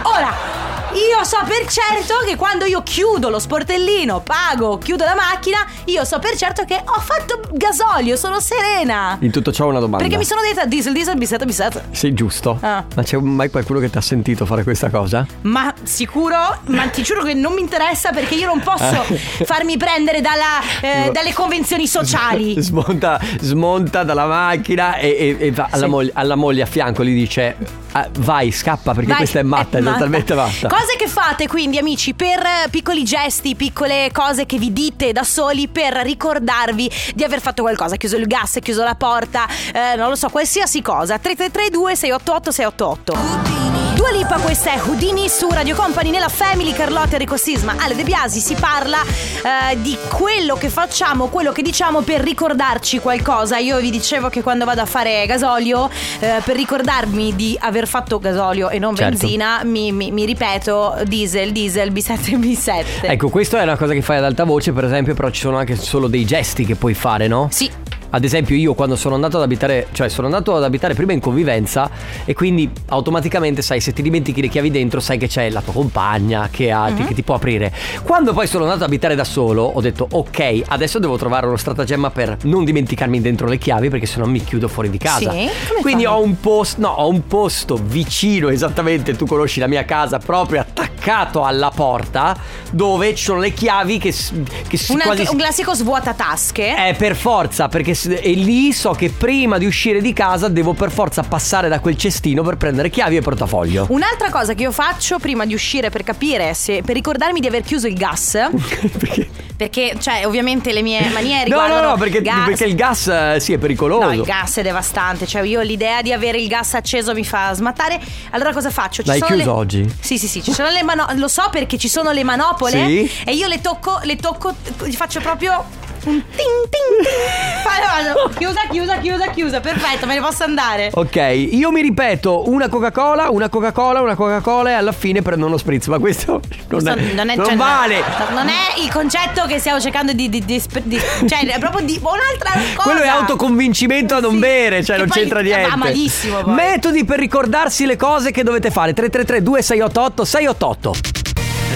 Speaker 2: Ora io so per certo che quando io chiudo lo sportellino, pago, chiudo la macchina, io so per certo che ho fatto gasolio, sono serena.
Speaker 3: In tutto ciò una domanda.
Speaker 2: Perché mi sono detta diesel, diesel, B7, B7.
Speaker 3: Sei giusto?
Speaker 2: Ah.
Speaker 3: Ma c'è mai qualcuno che ti ha sentito fare questa cosa?
Speaker 2: Ma sicuro? Ma ti giuro che non mi interessa perché io non posso
Speaker 3: Ah.
Speaker 2: farmi prendere dalla, eh, dalle convenzioni sociali.
Speaker 3: *laughs* Smonta, smonta dalla macchina e, e- e va alla, moglie, alla moglie a fianco gli dice "Ah, vai scappa perché
Speaker 2: Vai,
Speaker 3: questa è matta, è, totalmente matta.
Speaker 2: Cose che fate quindi amici per eh, piccoli gesti, piccole cose che vi dite da soli per ricordarvi di aver fatto qualcosa, chiuso il gas, chiuso la porta, eh, non lo so, qualsiasi cosa. 3332 688 688. Tu Dua Lipa, questa è Houdini su Radio Company nella Family Carlotta Enrico Sisma. Ale De Biasi si parla eh, di quello che facciamo, quello che diciamo per ricordarci qualcosa. Io vi dicevo che quando vado a fare gasolio, eh, per ricordarmi di aver fatto gasolio e non
Speaker 3: Certo.
Speaker 2: benzina, mi, mi- mi ripeto diesel, diesel, *laughs* B7, B7.
Speaker 3: Ecco, questa è una cosa che fai ad alta voce, per esempio, però ci sono anche solo dei gesti che puoi fare, no?
Speaker 2: Sì.
Speaker 3: Ad esempio io quando sono andato ad abitare, cioè sono andato ad abitare prima in convivenza e quindi automaticamente sai se ti dimentichi le chiavi dentro sai che c'è la tua compagna che, ha-
Speaker 2: Mhm.
Speaker 3: ti- che ti può aprire. Quando poi sono andato ad abitare da solo ho detto ok adesso devo trovare uno stratagemma per non dimenticarmi dentro le chiavi perché sennò mi chiudo fuori di casa.
Speaker 2: Sì? Come
Speaker 3: quindi
Speaker 2: fai?
Speaker 3: ho un posto, no ho un posto vicino esattamente, tu conosci la mia casa proprio attaccato alla porta dove ci sono le chiavi che, s- che si
Speaker 2: Un,
Speaker 3: quasi...
Speaker 2: anche-
Speaker 3: si-
Speaker 2: un classico svuota tasche.
Speaker 3: eh, per forza, perché s- e lì so che prima di uscire di casa devo per forza passare da quel cestino per prendere chiavi e portafoglio.
Speaker 2: Un'altra cosa che io faccio prima di uscire per capire se per ricordarmi di aver chiuso il gas,
Speaker 3: *laughs* perché?
Speaker 2: perché cioè ovviamente le mie maniere
Speaker 3: No, no,
Speaker 2: riguardano
Speaker 3: no, perché,
Speaker 2: gas.
Speaker 3: perché il gas eh, sì è pericoloso.
Speaker 2: No, il gas è devastante, cioè io l'idea di avere il gas acceso mi fa smattare. Allora cosa faccio?
Speaker 3: L'hai
Speaker 2: sono le-
Speaker 3: chiuso oggi?
Speaker 2: Sì, sì, sì, ci sono le manopole, lo so perché ci sono le manopole
Speaker 3: Sì.
Speaker 2: e io le tocco, le tocco, gli faccio proprio un ting ting ting. Fa- vado, Chiusa, chiusa, chiusa, chiusa, perfetto, me ne posso andare.
Speaker 3: Ok, io mi ripeto una Coca-Cola, una Coca-Cola, una Coca-Cola e alla fine prendo uno spritz, ma questo *laughs* non,
Speaker 2: Questo
Speaker 3: è,
Speaker 2: non è-
Speaker 3: non
Speaker 2: cioè,
Speaker 3: vale.
Speaker 2: Non è il concetto che stiamo cercando di. di- di- di- cioè, è proprio di un'altra cosa.
Speaker 3: Quello è autoconvincimento a non
Speaker 2: Sì,
Speaker 3: bere, cioè
Speaker 2: che
Speaker 3: non
Speaker 2: poi
Speaker 3: c'entra niente.
Speaker 2: Va malissimo. Poi.
Speaker 3: Metodi per ricordarsi le cose che dovete fare. 333 2688 688.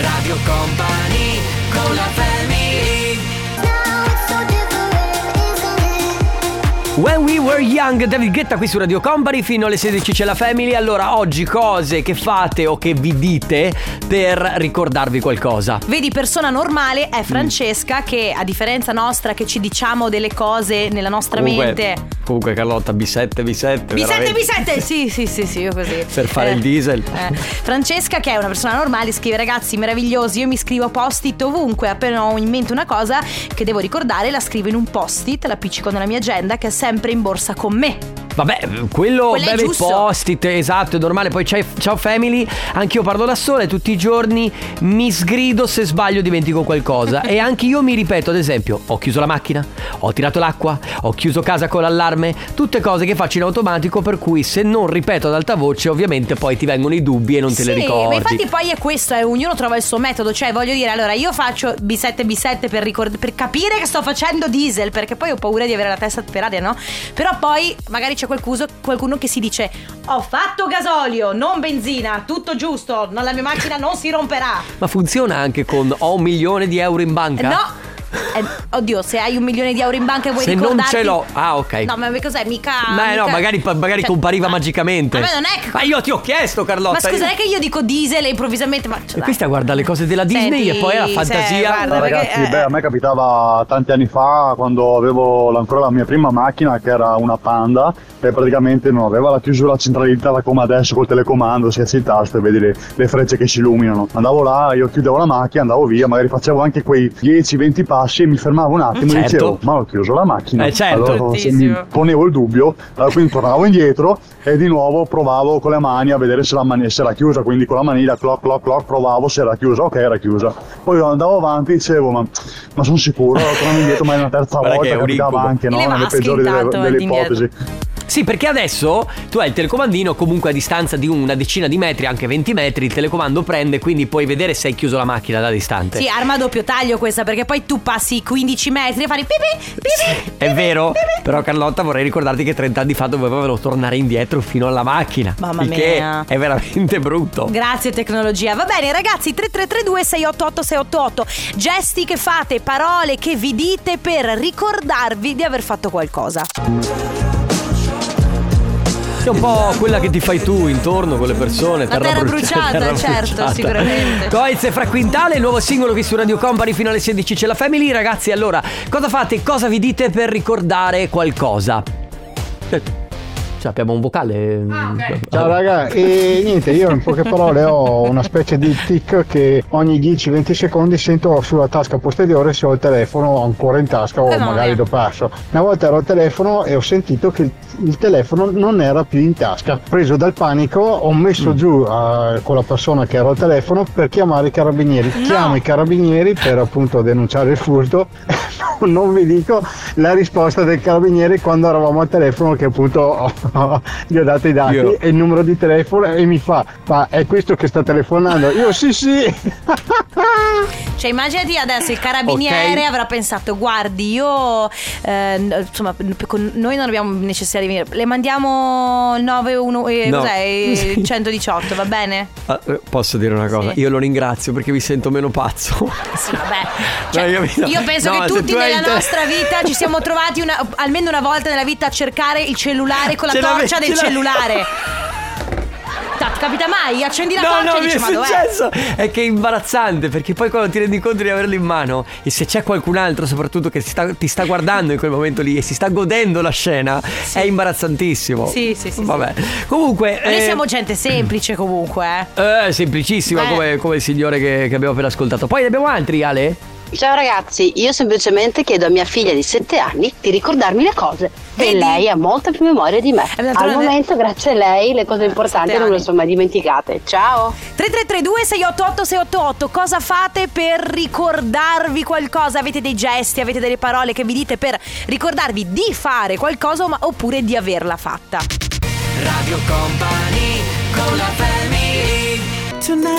Speaker 1: Radio Company con la family
Speaker 3: When we were young, David Guetta qui su Radio Company, fino alle 16 c'è la family. Allora, oggi cose che fate o che vi dite per ricordarvi qualcosa.
Speaker 2: Vedi, persona normale
Speaker 3: Mm.
Speaker 2: è Francesca che, a differenza nostra, che ci diciamo delle cose nella nostra mente.
Speaker 3: comunque Carlotta, B7, B7.
Speaker 2: B7,
Speaker 3: veramente.
Speaker 2: B7, sì, sì, sì, sì, io così.
Speaker 3: *laughs* Per fare il diesel.
Speaker 2: eh. Francesca, che è una persona normale, scrive: Ragazzi, meravigliosi, io mi scrivo post-it ovunque. Appena ho in mente una cosa che devo ricordare, la scrivo in un post-it, la appiccico nella mia agenda, che è sempre in borsa con me.
Speaker 3: Vabbè, quello
Speaker 2: Quello è
Speaker 3: beve i
Speaker 2: giusto.
Speaker 3: post-it, esatto, è normale. Poi c'è Ciao Family, anch'io parlo da sola e tutti i giorni mi sgrido se sbaglio dimentico
Speaker 2: *laughs*
Speaker 3: qualcosa. e anche io mi ripeto, ad esempio, ho chiuso la macchina, ho tirato l'acqua, ho chiuso casa con l'allarme, tutte cose che faccio in automatico per cui se non ripeto ad alta voce ovviamente poi ti vengono i dubbi e non te
Speaker 2: sì,
Speaker 3: le ricordi.
Speaker 2: ma infatti poi è questo, eh, ognuno trova il suo metodo, cioè voglio dire, allora io faccio B7 B7 per, ricord- per capire che sto facendo diesel, perché poi ho paura di avere la testa per aria, no? Però poi magari c'è qualcuno, qualcuno che si dice "Ho fatto gasolio, non benzina, tutto giusto, no, la mia macchina non si romperà".
Speaker 3: Ma funziona anche con ho un milione di euro in
Speaker 2: Eh,
Speaker 3: banca?
Speaker 2: No. Eh, oddio, se hai un milione di euro in banca e vuoi
Speaker 3: Se non
Speaker 2: ricordarti
Speaker 3: ce l'ho- ah, ok.
Speaker 2: No, ma cos'è? Mica.
Speaker 3: Ma eh no,
Speaker 2: mica-
Speaker 3: magari, magari
Speaker 2: Cioè,
Speaker 3: compariva
Speaker 2: ma-
Speaker 3: magicamente.
Speaker 2: Ma non è che-
Speaker 3: Ma io ti ho chiesto, Carlotta.
Speaker 2: Ma scusa,
Speaker 3: io-
Speaker 2: non è che io dico diesel e improvvisamente. Ma
Speaker 3: E questa guarda le cose della Disney
Speaker 2: Senti,
Speaker 3: e poi la
Speaker 2: se-
Speaker 3: fantasia.
Speaker 2: guarda, perché-
Speaker 9: Ragazzi,
Speaker 2: eh,
Speaker 9: beh, a me capitava tanti anni fa quando avevo ancora la mia prima macchina che era una Panda e praticamente non aveva la chiusura centralizzata come adesso col telecomando, schiacci il tasto e vedi le, le frecce che si illuminano. Andavo là, io chiudevo la macchina, andavo via, magari facevo anche quei 10-20 passi e mi fermavo un attimo
Speaker 3: Certo.
Speaker 9: e dicevo "Ma ho chiuso la macchina".
Speaker 3: Eh, certo.
Speaker 9: Allora se mi
Speaker 2: Tantissimo.
Speaker 9: ponevo il dubbio, allora quindi tornavo indietro e di nuovo provavo con le mani a vedere se la mani- se era chiusa, quindi con la manina clock clock clock provavo se era chiusa, ok era chiusa. Poi andavo avanti e dicevo ma, ma sono sicuro, allora tornavo indietro ma è una terza
Speaker 3: Guarda che è
Speaker 9: volta
Speaker 3: un
Speaker 9: capitava
Speaker 3: incubo.
Speaker 9: anche, no?
Speaker 2: Le
Speaker 9: Una delle
Speaker 2: vasche
Speaker 9: peggiori delle,
Speaker 2: intanto,
Speaker 9: delle
Speaker 2: all'indietro.
Speaker 9: ipotesi.
Speaker 3: Sì, perché adesso tu hai il telecomandino comunque a distanza di una decina di metri, anche 20 metri, il telecomando prende, quindi puoi vedere se hai chiuso la macchina da distante.
Speaker 2: Sì, arma a doppio taglio questa, perché poi tu passi 15 metri e fai pipi, pipi.
Speaker 3: È vero, però Carlotta vorrei ricordarti che 30 anni fa dovevano tornare indietro fino alla macchina.
Speaker 2: Mamma
Speaker 3: il che
Speaker 2: mia.
Speaker 3: È veramente brutto.
Speaker 2: Grazie tecnologia. Va bene ragazzi, 3332 688 688. Gesti che fate, parole che vi dite per ricordarvi di aver fatto qualcosa.
Speaker 3: È un po' quella che ti fai tu intorno con le persone.
Speaker 2: La terra bruciata, certo, sicuramente.
Speaker 3: Coiz fra quintale, il nuovo singolo qui su Radio Company fino alle 16 c'è la family. Ragazzi, allora, cosa fate? Cosa vi dite per ricordare qualcosa? Eh, Cioè, abbiamo un vocale.
Speaker 2: Ah,
Speaker 9: Ciao raga, e niente, io in poche parole ho una specie di tic che ogni 10-20 secondi sento sulla tasca posteriore se ho il telefono ancora in tasca o
Speaker 2: Eh, mamma
Speaker 9: magari
Speaker 2: mia.
Speaker 9: lo passo. Una volta ero al telefono e ho sentito che il- il telefono non era più in tasca. Preso dal panico ho messo giù eh, con la persona che era al telefono per chiamare i carabinieri. Chiamo i carabinieri per appunto denunciare il furto. *laughs* Non vi dico la risposta del carabiniere quando eravamo al telefono che appunto *laughs* gli ho dato i dati
Speaker 3: Io-
Speaker 9: e il numero di telefono e mi fa ma è questo che sta telefonando io sì sì *laughs*
Speaker 2: Cioè, immaginati adesso il carabiniere
Speaker 3: Ok.
Speaker 2: avrà pensato: guardi, io eh, n- insomma, n- con noi non abbiamo necessità di venire. Le mandiamo il 91 eh,
Speaker 3: No.
Speaker 2: cos'è? Il
Speaker 3: *laughs* Sì.
Speaker 2: 118, va bene?
Speaker 3: Ah, eh, Posso dire una cosa?
Speaker 2: Sì.
Speaker 3: Io lo ringrazio perché mi sento meno pazzo.
Speaker 2: Sì, vabbè.
Speaker 3: *laughs*
Speaker 2: Cioè,
Speaker 3: No, hai capito?
Speaker 2: io penso
Speaker 3: No,
Speaker 2: che
Speaker 3: se
Speaker 2: tutti
Speaker 3: tu hai
Speaker 2: nella
Speaker 3: il te-
Speaker 2: nostra vita ci siamo trovati una- almeno una volta nella vita a cercare il cellulare con la
Speaker 3: Ce l'ave-
Speaker 2: torcia del
Speaker 3: ce l'ave- *laughs*
Speaker 2: cellulare. Ta- capita mai? Accendi la
Speaker 3: No,
Speaker 2: torcia
Speaker 3: no,
Speaker 2: e
Speaker 3: mi è
Speaker 2: dici: Ma dov'è?
Speaker 3: successo. È che è imbarazzante perché poi quando ti rendi conto di averlo in mano e se c'è qualcun altro soprattutto che si sta- ti sta guardando in quel momento lì e si sta godendo la scena, è imbarazzantissimo.
Speaker 2: Sì, sì, sì,
Speaker 3: Vabbè. Comunque...
Speaker 2: Ma Noi
Speaker 3: eh,
Speaker 2: siamo gente semplice comunque, eh.
Speaker 3: eh, semplicissima
Speaker 2: Beh.
Speaker 3: come, come il signore che, che abbiamo appena ascoltato. Poi ne abbiamo altri, Ale?
Speaker 10: Ciao ragazzi, io semplicemente chiedo a mia figlia di 7 anni di ricordarmi le cose e
Speaker 2: Vedi?
Speaker 10: lei ha molta più memoria di me.
Speaker 2: Eh, d'altronde-
Speaker 10: Al momento, grazie a lei, le cose importanti
Speaker 2: sette
Speaker 10: non le
Speaker 2: anni.
Speaker 10: sono mai dimenticate. Ciao!
Speaker 2: 3332 688 688 cosa fate per ricordarvi qualcosa? Avete dei gesti, avete delle parole che vi dite per ricordarvi di fare qualcosa ma- oppure di averla fatta?
Speaker 1: Radio Company con la family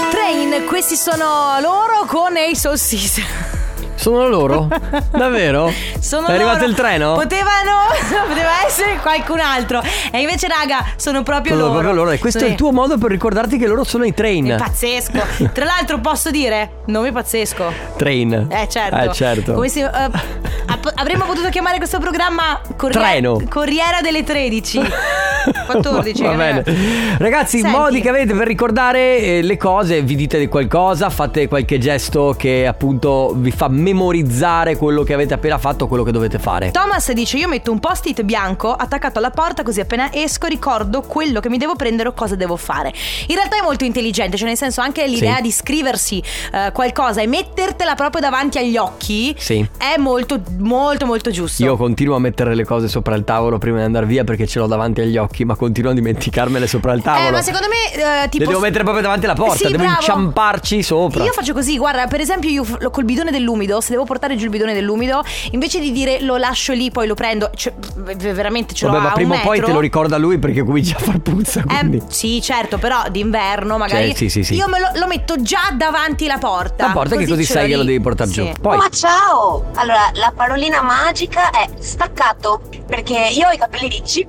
Speaker 2: Train, questi sono loro con i Solsis.
Speaker 3: Sono loro? Davvero?
Speaker 2: *laughs* Sono
Speaker 3: È arrivato
Speaker 2: loro.
Speaker 3: il treno?
Speaker 2: Potevano, *laughs* poteva essere qualcun altro. E invece, raga, sono proprio
Speaker 3: Sono
Speaker 2: loro.
Speaker 3: proprio loro. E questo è
Speaker 2: Sì.
Speaker 3: il tuo modo per ricordarti che loro sono i train. *laughs*
Speaker 2: È pazzesco. Tra l'altro, posso dire? Nome pazzesco.
Speaker 3: Train.
Speaker 2: Eh certo.
Speaker 3: Eh certo.
Speaker 2: Come se, eh, app- avremmo potuto chiamare questo programma Corriera,
Speaker 3: Treno.
Speaker 2: Corriera delle 13. 14.
Speaker 3: Va
Speaker 2: che
Speaker 3: bene.
Speaker 2: non è.
Speaker 3: Ragazzi, i
Speaker 2: eh, Senti.
Speaker 3: modi che avete per ricordare eh, le cose, vi dite qualcosa, fate qualche gesto che appunto vi fa memorizzare quello che avete appena fatto, quello che dovete fare.
Speaker 2: Thomas dice io metto un post-it bianco attaccato alla porta così appena esco ricordo quello che mi devo prendere o cosa devo fare. In realtà è molto intelligente, cioè nel senso anche l'idea
Speaker 3: Sì.
Speaker 2: di scriversi eh, qualcosa e mettertela proprio davanti agli occhi
Speaker 3: Sì.
Speaker 2: è molto molto molto giusto.
Speaker 3: Io continuo a mettere le cose sopra il tavolo prima di andare via perché ce l'ho davanti agli occhi, ma continuo a dimenticarmele sopra il tavolo.
Speaker 2: Eh, ma secondo me, eh, tipo.
Speaker 3: Le devo mettere proprio davanti alla porta,
Speaker 2: Sì,
Speaker 3: devo
Speaker 2: bravo.
Speaker 3: inciamparci sopra.
Speaker 2: Io faccio così, guarda, per esempio, io f- col bidone dell'umido, se devo portare giù il bidone dell'umido, invece di dire lo lascio lì, poi lo prendo, cioè, v- veramente ce l'ho
Speaker 3: Vabbè, ma
Speaker 2: a
Speaker 3: prima
Speaker 2: un
Speaker 3: o poi
Speaker 2: metro.
Speaker 3: te lo ricorda lui perché comincia a far puzza. Quindi.
Speaker 2: Eh, sì, certo, però d'inverno magari
Speaker 3: Cioè, sì, sì, sì.
Speaker 2: io me lo, lo metto già davanti la porta.
Speaker 3: La porta che così
Speaker 2: ce
Speaker 3: sai
Speaker 2: l'ho
Speaker 3: che lo
Speaker 2: lì.
Speaker 3: devi portare
Speaker 2: Sì. Oh,
Speaker 3: giù. Poi
Speaker 10: Ma ciao! Allora, la parolina magica è staccato, perché io ho i capelli ricci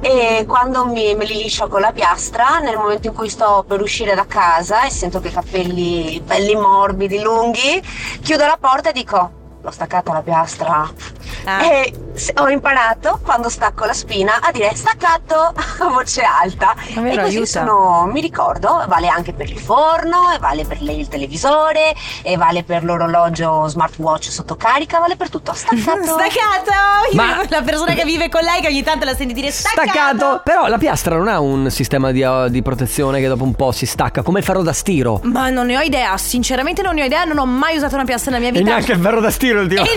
Speaker 10: e quando mi- me li liscio con la piastra, nel momento in cui sto per uscire da casa e sento che i capelli belli morbidi, lunghi, chiudo la porta e dico, l'ho staccata la piastra.
Speaker 2: Ah.
Speaker 10: E s- ho imparato, quando stacco la spina, a dire staccato a *laughs* voce alta.
Speaker 2: Ma vero,
Speaker 10: e così
Speaker 2: aiuta.
Speaker 10: sono, mi ricordo, vale anche per il forno, e vale per le- il televisore, e vale per l'orologio smartwatch sotto carica, vale per
Speaker 2: *laughs*
Speaker 10: tutto. Staccato.
Speaker 2: Staccato! Io-
Speaker 3: Ma-
Speaker 2: La persona che vive con lei che ogni tanto la senti dire staccato.
Speaker 3: Però la piastra non ha un sistema di, uh, di protezione che dopo un po' si stacca, come il ferro da stiro.
Speaker 2: Ma non ne ho idea, sinceramente non ne ho idea, non ho mai usato una piastra nella mia
Speaker 3: E
Speaker 2: vita.
Speaker 3: neanche il ferro da stiro
Speaker 2: E
Speaker 3: ultimamente.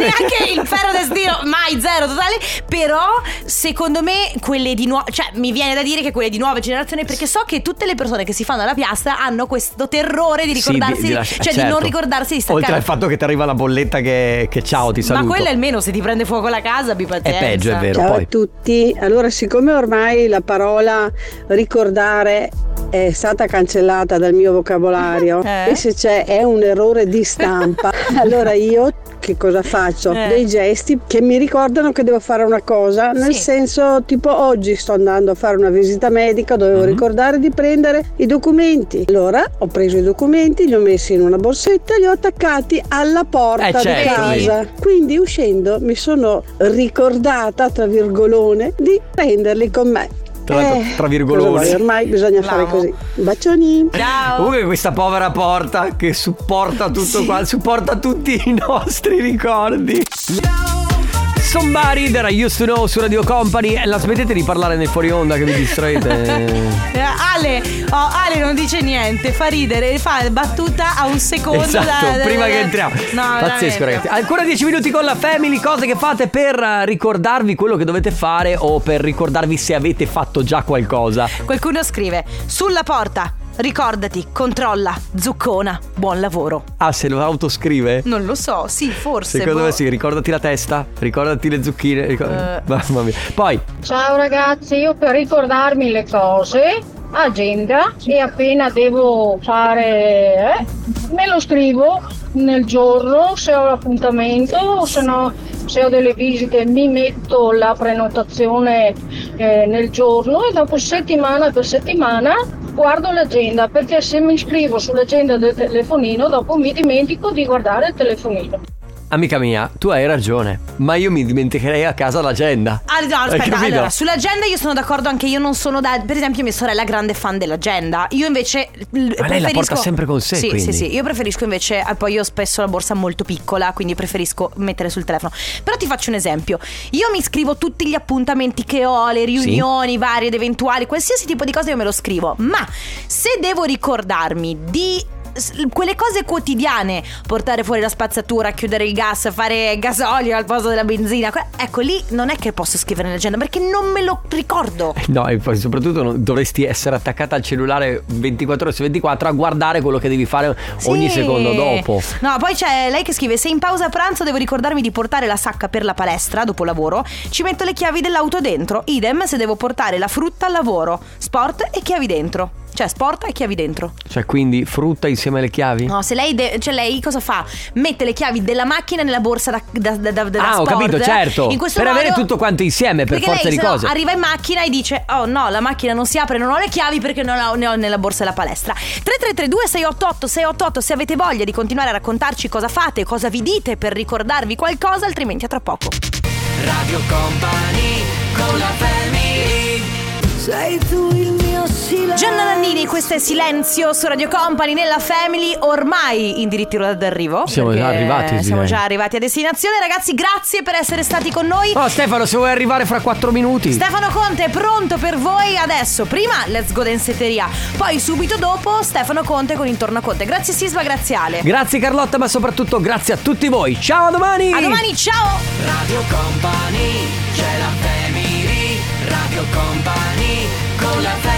Speaker 3: *laughs*
Speaker 2: neanche il ferro da stiro, mai zero totale. Però, secondo me, quelle di nuova. Cioè, mi viene da dire che quelle di nuova generazione, perché so che tutte le persone che si fanno alla piastra hanno questo terrore di
Speaker 3: Sì, di-
Speaker 2: ricordarsi.
Speaker 3: di lasci-
Speaker 2: cioè, di
Speaker 3: certo.
Speaker 2: non ricordarsi di staccare.
Speaker 3: Oltre al fatto che ti arriva la bolletta che, che ciao, ti saluto.
Speaker 2: Ma quello è il meno, se ti prende fuoco la casa, abbi
Speaker 3: È
Speaker 2: pazienza.
Speaker 3: peggio, è vero.
Speaker 11: Ciao a
Speaker 3: Poi.
Speaker 11: tutti. Allora, siccome ormai la parola ricordare è stata cancellata dal mio vocabolario
Speaker 2: *laughs* Eh?
Speaker 11: e se c'è è un errore
Speaker 2: *laughs*
Speaker 11: di stampa, allora io che cosa faccio?
Speaker 2: Eh.
Speaker 11: Dei gesti che mi ricordano che devo fare una cosa, nel
Speaker 2: Sì.
Speaker 11: senso tipo oggi sto andando a fare una visita medica, dovevo
Speaker 3: Mhm.
Speaker 11: ricordare di prendere i documenti. Allora ho preso i documenti, li ho messi in una borsetta e li ho attaccati alla porta
Speaker 3: Eh,
Speaker 11: di
Speaker 3: certo,
Speaker 11: casa.
Speaker 3: vedi.
Speaker 11: Quindi uscendo mi sono ricordata, tra virgolone, di prenderli con me.
Speaker 3: Tra- tra- tra virgoloni.
Speaker 11: cosa vuoi, Ormai bisogna fare
Speaker 2: L'amo.
Speaker 11: così. Bacioni.
Speaker 2: Ciao.
Speaker 3: Comunque questa povera porta che supporta tutto qua, supporta tutti i nostri ricordi. Somebody that I used to know su Radio Company. E la smettete di parlare nel fuori onda che vi
Speaker 2: *laughs*
Speaker 3: distraete.
Speaker 2: Eh, Ale, oh, Ale non dice niente, fa ridere, fa battuta a un secondo da-
Speaker 3: Esatto,
Speaker 2: da-
Speaker 3: prima
Speaker 2: da-
Speaker 3: che entriamo.
Speaker 2: No,
Speaker 3: Pazzesco, ragazzi.
Speaker 2: veramente.
Speaker 3: Ancora 10 minuti con la family, cose che fate per eh, ricordarvi quello che dovete fare o per ricordarvi se avete fatto già qualcosa.
Speaker 2: Qualcuno scrive sulla porta. Ricordati, controlla, zuccona, buon lavoro.
Speaker 3: Ah, se lo autoscrive?
Speaker 2: Non lo so, sì, forse.
Speaker 3: Mm, Secondo
Speaker 2: boh.
Speaker 3: me sì, ricordati la testa, ricordati le zucchine. ricor-
Speaker 2: Eh.
Speaker 3: *laughs* Mamma mia. Poi,
Speaker 12: Ciao ragazzi, io per ricordarmi le cose, agenda e appena devo fare, eh, me lo scrivo nel giorno se ho l'appuntamento o se no se ho delle visite mi metto la prenotazione eh, nel giorno e dopo settimana per settimana guardo l'agenda perché se mi iscrivo sull'agenda del telefonino dopo mi dimentico di guardare il telefonino.
Speaker 3: amica mia, tu hai ragione, ma io mi dimenticherei a casa l'agenda.
Speaker 2: Ah, no,
Speaker 3: Hai
Speaker 2: aspetta,
Speaker 3: capito?
Speaker 2: allora, sull'agenda io sono d'accordo anche io non sono da per esempio mia sorella è grande fan dell'agenda. Io invece l-
Speaker 3: la
Speaker 2: preferisco
Speaker 3: porta sempre con sé,
Speaker 2: Sì,
Speaker 3: quindi.
Speaker 2: sì, sì, io preferisco invece ah, poi io ho spesso la borsa molto piccola, quindi preferisco mettere sul telefono. Però ti faccio un esempio. Io mi scrivo tutti gli appuntamenti che ho, le riunioni varie ed eventuali, qualsiasi tipo di cosa io me lo scrivo, ma se devo ricordarmi di s- quelle cose quotidiane, portare fuori la spazzatura, chiudere il gas, fare gasolio al posto della benzina, que- ecco lì non è che posso scrivere nell'agenda perché non me lo ricordo.
Speaker 3: No, e poi soprattutto non- dovresti essere attaccata al cellulare 24 ore su 24 a guardare quello che devi fare ogni
Speaker 2: Sì.
Speaker 3: secondo dopo.
Speaker 2: No, poi c'è lei che scrive: Se in pausa pranzo devo ricordarmi di portare la sacca per la palestra dopo lavoro, ci metto le chiavi dell'auto dentro. Idem se devo portare la frutta al lavoro, sport e chiavi dentro. Cioè, sport e chiavi dentro.
Speaker 3: Cioè, quindi frutta insieme alle chiavi?
Speaker 2: No, se lei, de- cioè lei cosa fa? Mette le chiavi della macchina nella borsa da, da, da, da- da
Speaker 3: Ah, ho
Speaker 2: sport.
Speaker 3: capito, certo.
Speaker 2: In questo
Speaker 3: Per
Speaker 2: modo-
Speaker 3: avere tutto quanto insieme, per
Speaker 2: perché
Speaker 3: forza
Speaker 2: lei
Speaker 3: di
Speaker 2: se no,
Speaker 3: cose.
Speaker 2: arriva in macchina e dice oh no la macchina non si apre non ho le chiavi perché non ho- ne ho nella borsa della palestra 3332 688 688 se avete voglia di continuare a raccontarci cosa fate cosa vi dite per ricordarvi qualcosa altrimenti a tra poco
Speaker 1: Radio Company con la family. Sei tu il mio silenzio.
Speaker 2: Gianna Nannini questo è Silenzio su Radio Company nella Family ormai in dirittura d'arrivo
Speaker 3: Siamo già
Speaker 2: perché
Speaker 3: arrivati,
Speaker 2: siamo
Speaker 3: direi.
Speaker 2: già arrivati a destinazione ragazzi grazie per essere stati con noi
Speaker 3: Oh, Stefano, se vuoi arrivare fra 4 minuti.
Speaker 2: Stefano Conte è pronto per voi adesso. Prima Let's Go Densetteria, poi subito dopo Stefano Conte con Intorno a Conte. Grazie Sisma, grazie Ale.
Speaker 3: Grazie Carlotta, ma soprattutto grazie a tutti voi. Ciao, a domani.
Speaker 2: A domani, ciao!
Speaker 1: Radio Company, c'è la family. Radio Company con la family.